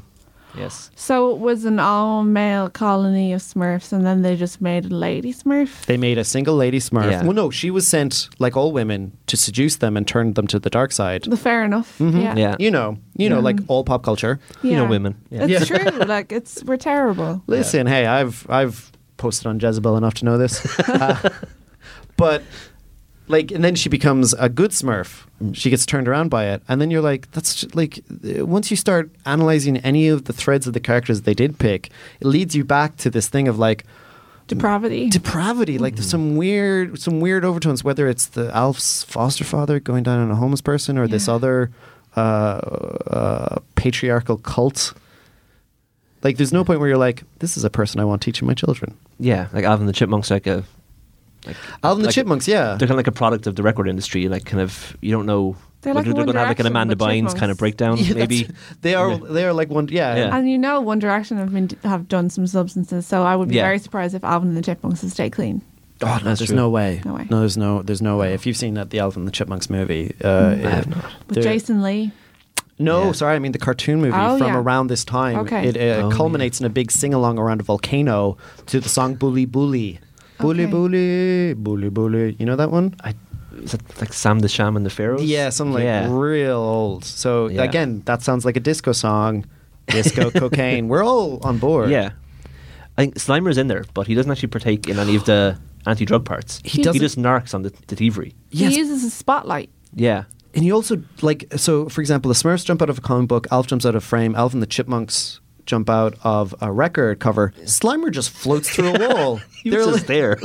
Yes.
So it was an all male colony of Smurfs, and then they just made a lady Smurf.
They made a single lady Smurf.
Yeah.
Well, no, she was sent like all women to seduce them and turn them to the dark side.
The fair enough. Yeah.
Mm-hmm. Yeah.
You know, you know, like all pop culture.
You know
Yeah.
women. Yeah.
It's true. Like it's we're terrible.
Listen, hey, I've I've posted on Jezebel enough to know this. Uh, but like, and then she becomes a good Smurf.
Mm.
She gets turned around by it, and then you're like, that's just, like uh, once you start analyzing any of the threads of the characters they did pick, it leads you back to this thing of like.
Depravity.
depravity
Mm-hmm.
like there's some weird some weird overtones whether it's the alf's foster father going down on a homeless person or this
Yeah.
other uh, uh, patriarchal cult like there's no point where you're like this is a person i want teaching my children
Yeah. Like Alvin and the Chipmunks like a
alvin the
Like-
chipmunks yeah
they're kind of like a product of the record industry. Like kind of you don't know
They're like
they're
One
gonna have like an
Direction, but
Amanda Bynes kind of
chipmunks.
breakdown
Yeah, that's-
maybe.
they are they are like one yeah,
Yeah.
and you know, One Direction have been have done some substances, so I would be
Yeah.
very surprised if Alvin and the Chipmunks would stay clean.
Oh, no,
That's
there's
true.
no way.
No way.
No, there's no, there's no way. If you've seen that, the Alvin and the Chipmunks movie, uh,
Mm, I have not.
With
They're-
Jason Lee,
No,
Yeah.
sorry, I mean the cartoon movie
Oh,
from
yeah.
around this time.
Okay.
It uh,
Oh,
culminates in a big sing along around a volcano to the song Bully Bully. Bully
Okay.
Bully, Bully Bully. You know that one?
I is that like Sam the Sham and the Pharaohs?
Yeah, something like
Yeah.
real old. So
Yeah.
again, that sounds like a disco song. Disco, cocaine. We're all on board.
Yeah. I think Slimer's in there, but he doesn't actually partake in any of the anti drug parts.
He doesn't-
just narcs on the, the thievery.
Yes.
he uses a spotlight.
Yeah.
And you also like so for example, the Smurfs jump out of a comic book, Alf jumps out of frame, Alf and the Chipmunks jump out of a record cover. Slimer just floats through a wall.
He was
like-
just there.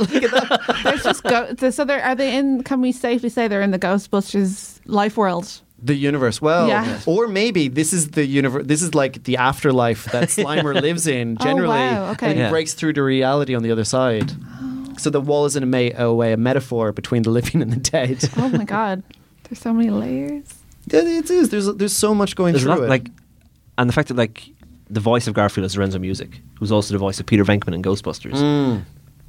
There's just go- the- so they're are they in? Can we safely say they're in the Ghostbusters life world?
the universe well
Yeah.
or maybe this is the universe this is like the afterlife that slimer lives in
Oh,
generally
wow, okay.
and he
Yeah.
breaks through to reality on the other side so the wall is in a, may- a way a metaphor between the living and the dead
Oh my god, there's so many layers.
it, it is there's there's so much going
There's a
through
lot
it
like and the fact that like the voice of Garfield is Lorenzo Music, who's also the voice of Peter Venkman in Ghostbusters.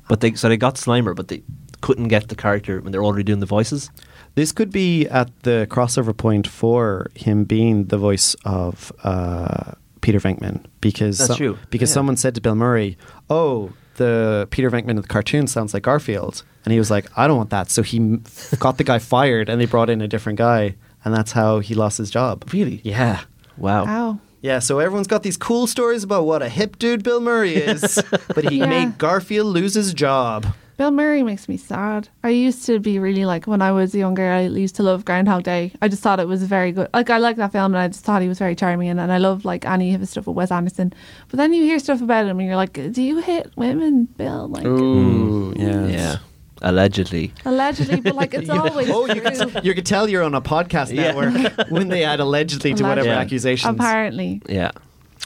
But they so they got Slimer, but they couldn't get the character when they're already doing the voices.
this could be at the crossover point for him being the voice of uh, Peter Venkman because
That's true.
because
Yeah.
someone said to Bill Murray, "Oh, the Peter Venkman of the cartoon sounds like Garfield," and he was like, "I don't want that." So he m- got the guy fired, and they brought in a different guy, and that's how he lost his job.
Really?
Yeah.
Wow.
Wow.
Yeah, so everyone's got these cool stories about what a hip dude Bill Murray is, but he
Yeah.
made Garfield lose his job.
Bill Murray makes me sad. I used to be really like when I was younger. I used to love Groundhog Day. I just thought it was very good. Like I like that film, and I just thought he was very charming, and, and I love like any of his stuff with Wes Anderson. But then you hear stuff about him, and you're like, do you hit women, Bill? Like
Ooh,
Yeah. Allegedly.
allegedly, but like it's always
Oh, you
true.
could, you could tell you're on a podcast
Yeah.
network when they add allegedly to whatever
Allegedly.
accusations.
Apparently,
Yeah.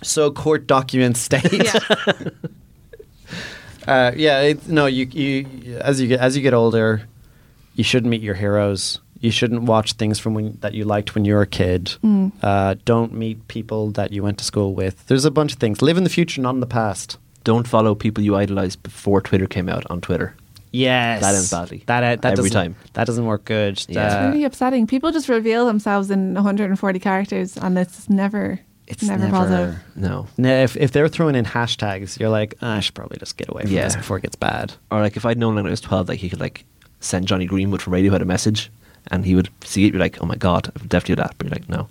So court documents state.
yeah.
Uh, yeah, it, no, you, you as you get as you get older, you shouldn't meet your heroes. You shouldn't watch things from when that you liked when you were a kid.
Mm.
Uh, don't meet people that you went to school with. There's a bunch of things. Live in the future, not in the past.
Don't follow people you idolize before Twitter came out on Twitter.
Yes,
That ends badly.
That uh, that
Every
doesn't-
time.
that doesn't work good. uh,
Yeah.
It's
That-
really upsetting. People just reveal themselves in 140 characters, and it's never,
it's
never,
never.
positive.
No.
No, if, if they're throwing in hashtags, you're like, "Ah, I should probably just get away from
Yeah.
this before it gets bad.
Or like if I'd known when I was twelve, like he could like send Johnny Greenwood from Radiohead a message, and he would see it. Be like, oh my god, I would definitely do that. But you're like, no.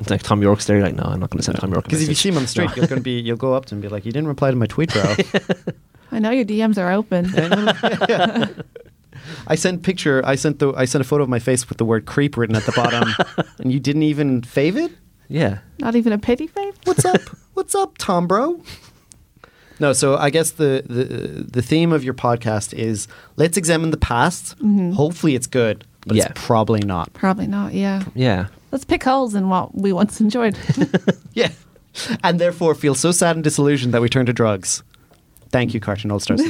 It's like Tom York's there. You're like, no, I'm not going to send Tom York. a
Because if you
message."
see him on the street,
No.
you're gonna be you'll go up to him and be like, "You didn't reply to my tweet, bro."
I know your DMs are open.
I sent picture. I sent the I sent a photo of my face with the word "creep" written at the bottom, and you didn't even fave it.
yeah,
Not even a pity fave.
What's up? What's up, Tom Bro? No, so I guess the, the the theme of your podcast is let's examine the past. Hopefully, it's good, but
Mm-hmm. Yeah.
it's probably not.
Probably not. Yeah.
yeah,
Let's pick holes in what we once enjoyed.
Yeah, and therefore feel so sad and disillusioned that we turn to drugs. Thank you, Cartoon All Stars, for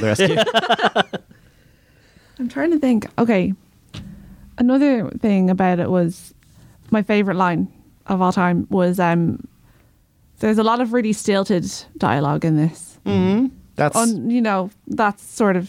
the rescue.
I'm trying to think. Okay. Another thing about it was my favorite line of all time was um, there's a lot of really stilted dialogue in this.
Mm-hmm. That's
On you know that's sort of.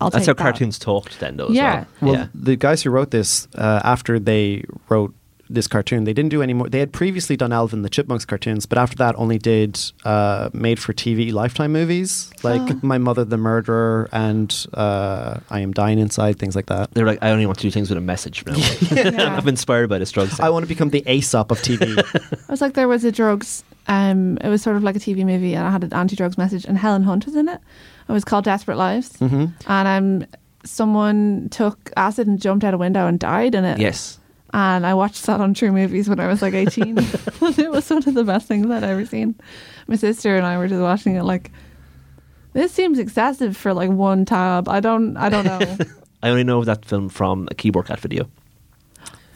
I'll
that's how
take that.
cartoons talked then, though. as
Yeah.
well.
Well,
yeah.
the guys who wrote this uh, after they wrote this cartoon, they didn't do any more. They had previously done Alvin and the Chipmunks cartoons, but after that, only did uh, made-for-TV Lifetime movies like
Ah.
My Mother the Murderer and uh, I Am Dying Inside, things like that.
They're like, I only want to do things with a message from now. on."
Yeah.
I'm inspired by this drug. thing.
I want to become the Aesop of TV.
It was like there was a drugs. Um, it was sort of like a TV movie, and I had an anti-drugs message, and Helen Hunt was in it. It was called Desperate Lives,
Mm-hmm.
and um, someone took acid and jumped out a window and died in it.
yes.
and I watched that on True Movies when I was like eighteen. it was one of the best things I'd ever seen. My sister and I were just watching it, like this seems excessive for like one tab. I don't, I don't know,
I only know that film from a keyboard cat video.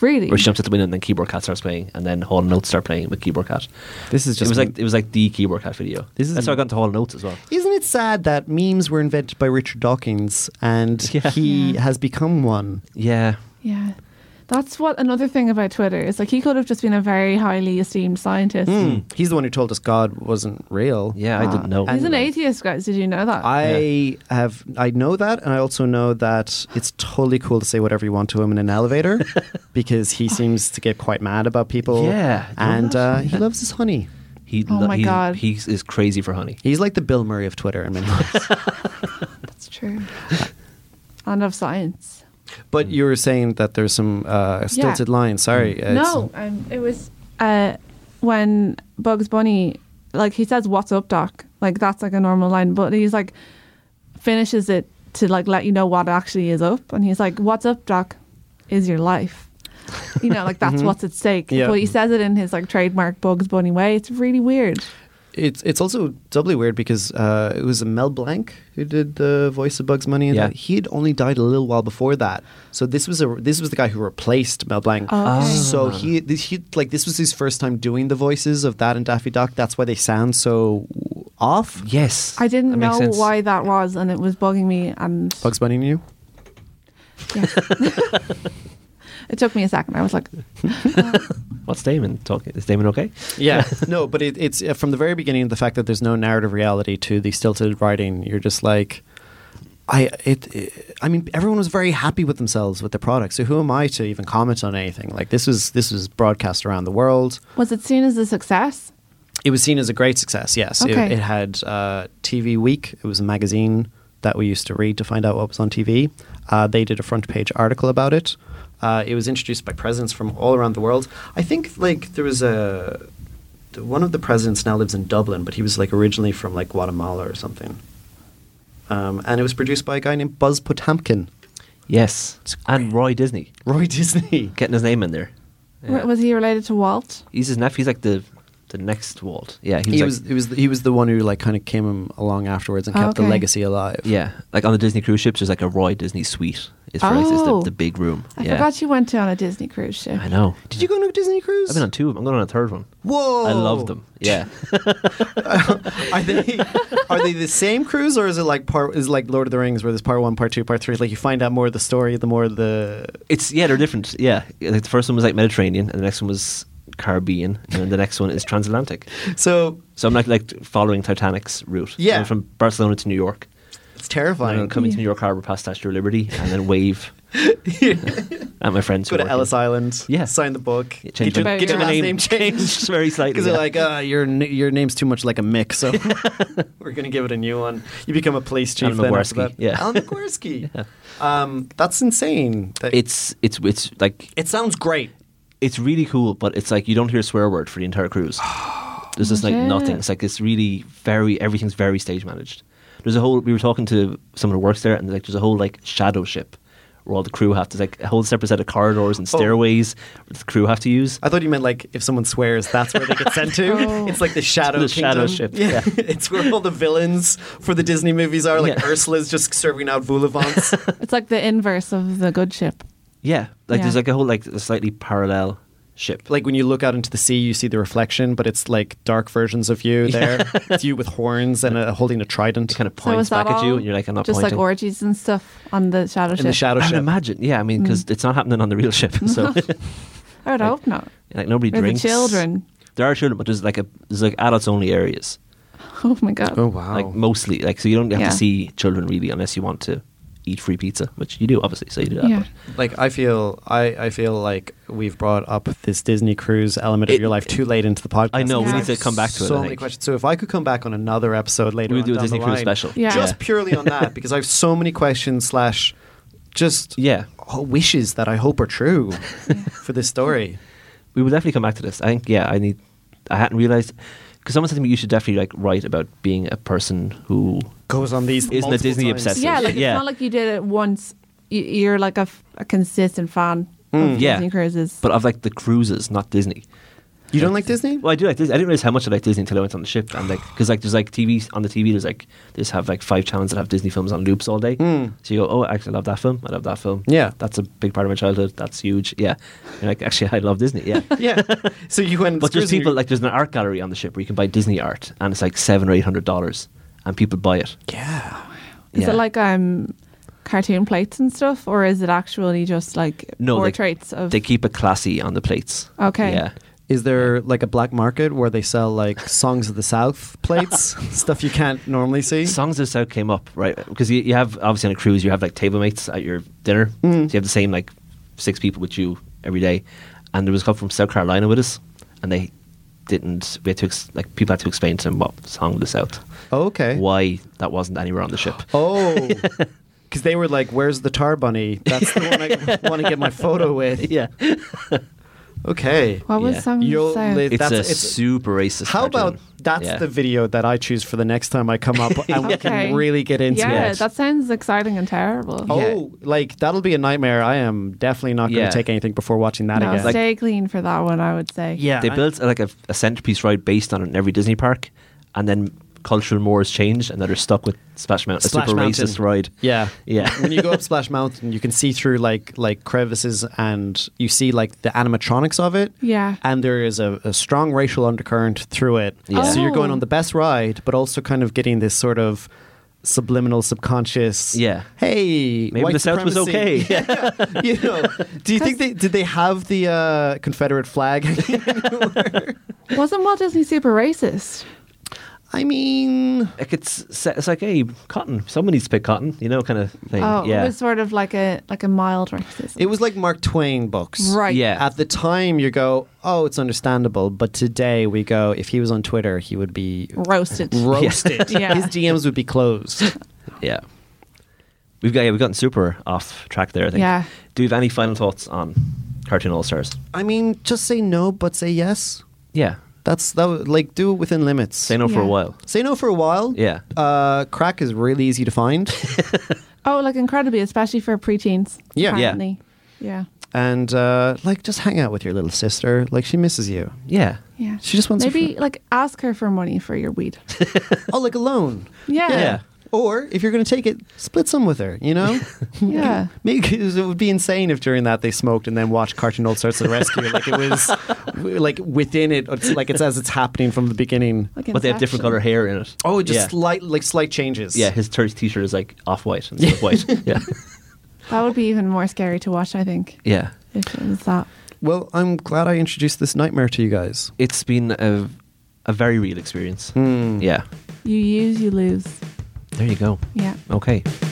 really.
Where she jumps at the window and then Keyboard Cat starts playing, and then Hall and Notes start playing with Keyboard Cat.
This is
it
just
was like it was like the Keyboard Cat video.
This is-
That's how I got into Hall and Notes as well.
Isn't it sad that memes were invented by Richard Dawkins and
Yeah.
he
Yeah.
has become one?
Yeah,
Yeah. That's what another thing about Twitter is like he could have just been a very highly esteemed scientist.
He's the one who told us God wasn't real.
Hmm. yeah, I didn't know.
Ah. and- uh,
He's an atheist, guys. Did you know that?
I have I know that, and I also know that it's totally cool to say whatever you want to him in an elevator, because he seems to get quite mad about people.
Yeah, you know
and
that?
uh, he loves his honey.
He,
Oh
lo-
my
he's,
God.
he is crazy for honey.
He's like the Bill Murray of Twitter in many ways.
That's true. and of science.
but you were saying that there's some uh, stilted lines. Sorry, uh, it's-
no, um, it was uh, when Bugs Bunny, like he says, "What's up, Doc?" Like that's like a normal line, but he's like finishes it to like let you know what actually is up, and he's like, "What's up, Doc?" Is your life, you know, like
Mm-hmm.
that's what's at stake.
Yeah.
But he says it in his like trademark Bugs Bunny way. It's really weird.
It's it's also doubly weird because uh, it was Mel Blanc who did the voice of Bugs Bunny. and
Yeah.
that- he had only died a little while before that. So this was a this was the guy who replaced Mel Blanc.
Oh, okay.
So he this, he like this was his first time doing the voices of that and Daffy Duck. That's why they sound so off.
Yes,
I didn't
That makes
know
sense.
why that was, and it was bugging me. And
Bugs Bunny knew.
yeah. it took me a second. I was like,
What's Damon talking? Is Damon okay?
Yeah, no, but it, it's uh, from the very beginning the fact that there's no narrative reality to the stilted writing. You're just like, I it, it. I mean, everyone was very happy with themselves with the product. So who am I to even comment on anything? Like this was this was broadcast around the world.
was it seen as a success?
It was seen as a great success. Yes, it,
Okay.
it had uh, TV Week. It was a magazine that we used to read to find out what was on TV. Uh, they did a front page article about it. Uh, it was introduced by presidents from all around the world. I think like there was a one of the presidents now lives in Dublin, but he was like originally from like Guatemala or something. Um, and it was produced by a guy named Buzz Potamkin,
Yes, and Roy Disney
Roy Disney.
getting his name in there.
Wa- Was he related to Walt?
He's his nephew. He's like the the next Walt. Yeah,
He was,
like,
he was he was the one who like kind of came him along afterwards and kept the
Oh, Okay.
legacy alive.
yeah, like on the Disney cruise ships. There's like a Roy Disney suite. Is for instance the,
Oh.
the big room.
I
yeah.
forgot you went to on a Disney cruise ship.
I know.
Did you go on a Disney cruise?
I've been on two. of them. I'm going on a third one.
Whoa!
I love them. Yeah.
Are they are they the same cruise or is it like part is it like Lord of the Rings where there's part one, part two, part three? Like you find out more of the story, the more the
It's yeah, they're different. Yeah, like the first one was like Mediterranean, and the next one was Caribbean, and then the next one is transatlantic.
so
So I'm like like following Titanic's route.
Yeah.
I went from Barcelona to New York. I'm
It's terrifying.
going to come into
Yeah.
New York Harbor past Statue of Liberty and then wave at my friends.
Go
who
to
are
Ellis Island.
Yeah.
Sign the book.
Yeah, change
get your,
my-
get your
About
last
your
name changed.
Just very slightly.
Because they're
yeah.
like, ah, your n- your name's too much like a Mick, so we're gonna give it a new one. You become a police chief.
Alan
then
Nagorski,
after that.
yeah.
Alan Nagorski. um, that's insane. That-
it's it's it's like
it sounds great.
it's really cool, but it's like you don't hear a swear word for the entire cruise. There's just like
Shit.
nothing. It's like it's really very everything's very stage managed. There's a whole. We were talking to someone who works there, and like there's a whole like shadow ship where all the crew have to like a whole separate set of corridors and
Oh. Uh,
stairways the crew have to use.
I thought you meant like if someone swears, that's where they get sent to.
Oh.
It's like the shadow
The shadow
kingdom.
ship, yeah.
it's where all the villains for the Disney movies are. Like
Yeah.
Ursula's just serving out voulevants.
It's like the inverse of the good ship.
Yeah, like
Yeah.
there's like a whole like a slightly parallel ship.
like when you look out into the sea, you see the reflection, but it's like dark versions of you there. It's you with horns and uh holding a trident.
It kind of
So
points
is that
back at you,
all?
and you're like, I'm not
Just
pointing.
like orgies and stuff on the shadow ship.
in the shadow
I would
ship. Mm.
imagine, yeah. I mean, because it's not happening on the real ship, so
I would hope not.
like nobody
Or the
drinks.
children.
There are children, but there's like a there's like adults only areas.
Oh my god.
Oh wow!
Like mostly, like so you don't have
Yeah.
to see children really unless you want to eat free pizza, which you do obviously. So you do that.
Yeah.
but-
like I feel, I, I feel like we've brought up this Disney cruise element of
It-
your life too late into the podcast.
I know
we
So
need to
I have
come back to it,
So
I
many
think.
questions. So if I could come back on another episode later,
We'll
on
do a
down
Disney
the
cruise
line,
special.
Yeah.
just
Yeah.
purely on that because I have so many questions slash just
Yeah.
oh, wishes that I hope are true for this story.
we will definitely come back to this. I think yeah, I need. I hadn't realized because someone said to me you should definitely like write about being a person who
Goes on these
Isn't it
multiple
Disney
times.
obsessive?
Yeah, like
Yeah.
it's not like you did it once. You- You're like a, f- a consistent fan of
Mm, yeah.
Disney cruises.
but of like the cruises, not Disney.
You don't like Disney?
Well, I do like Disney. I didn't realize how much I liked Disney until I went on the ship and like because like there's like TV on the TV. There's like they just have like five channels that have Disney films on loops all day.
Mm.
So you go, oh, actually, I love that film. I love that film.
Yeah.
that's a big part of my childhood. That's huge. Yeah, you're like actually, I love Disney. Yeah.
yeah. So you went.
But there's
cruising,
people
you-
like there's an art gallery on the ship where you can buy Disney art, and it's like seven or eight hundred dollars, and people buy it.
yeah.
is
Yeah.
it like um cartoon plates and stuff, or is it actually just like
No, they-
portraits of?
They keep it classy on the plates.
Okay.
Yeah.
Is there like a black market where they sell like songs of the South plates, stuff you can't normally see?
Songs of the South came up right because you, you have obviously on a cruise you have like table mates at your dinner,
Mm.
so you have the same like six people with you every day, and there was a couple from South Carolina with us, and they didn't. We had to ex- like people had to explain to them what song of the South,
Oh, okay.
why that wasn't anywhere on the ship.
Oh, because they were like, "Where's the tar bunny?" That's the one I want to get my photo with.
yeah,
Okay.
what was
yeah.
some
You'll
sound?
live-
it's
That's-
a
it's-
super racist.
How about
cartoon.
that's
Yeah.
the video that I choose for the next time I come up, and we can
Okay.
really get into
yeah,
it.
that sounds exciting and terrible.
oh, like that'll be a nightmare. I am definitely not going to
Yeah.
take anything before watching that
no,
again.
Like-
stay clean for that one. I would say.
yeah,
They
I-
built uh, like a, a centerpiece ride based on it in every Disney park, and then cultural mores changed, and now they're stuck with Splash Mountain,
Splash
a super
Mountain.
racist ride.
Yeah,
Yeah.
when you go up Splash Mountain, you can see through like like crevices, and you see like the animatronics of it.
Yeah.
and there is a, a strong racial undercurrent through it.
Yeah.
So you're going
Oh.
on the best ride, but also kind of getting this sort of subliminal, subconscious.
Yeah.
Hey,
Maybe
white
the South was
supremacy.
okay.
Yeah. you know, do you think they did they have the uh, Confederate flag?
Wasn't Walt Disney super racist?
I mean,
Like it's se- it's like hey, cotton. Someone needs to pick cotton, you know, kind of thing.
Oh,
yeah,
it was sort of like a like a mild racism.
it was like Mark Twain books.
right.
Yeah.
At the time, you go, oh, it's understandable. But today, we go, if he was on Twitter, he would be
Roasted.
roasted.
Yeah.
His DMs would be closed.
yeah. We've got yeah, we've gotten super off track there. I think.
Yeah.
Do you have any final thoughts on Cartoon All Stars?
I mean, just say no, but say yes.
Yeah,
That's that. would- Like, do it within limits.
say no for a
Yeah.
while.
Say no for a while.
Yeah.
Uh, crack is really easy to find,
Oh, like incredibly, especially for preteens.
Yeah. Yeah.
apparently. yeah,
and uh, like, just hang out with your little sister. Like, she misses you.
Yeah,
yeah,
She just wants a
maybe
fr-
like ask her for money for your weed.
Oh, like alone.
Yeah,
Yeah.
yeah,
Or if you're gonna take it, split some with her. You know. Maybe 'cause it would be insane if during that they smoked and then watched Cartoon Old Starts to the Rescue. Like it was, like within it, it's like it's as it's happening from the beginning.
Like
but they have different color
Inception.
hair in it.
Oh, just
yeah.
slight, like slight changes.
yeah, his t- t-shirt is like off white instead of white. Yeah,
That would be even more scary to watch. I think
yeah.
if it was that.
Well, I'm glad I introduced this nightmare to you guys.
It's been a a very real experience. Yeah,
You use, you lose.
there There you go.
Yeah.
Okay.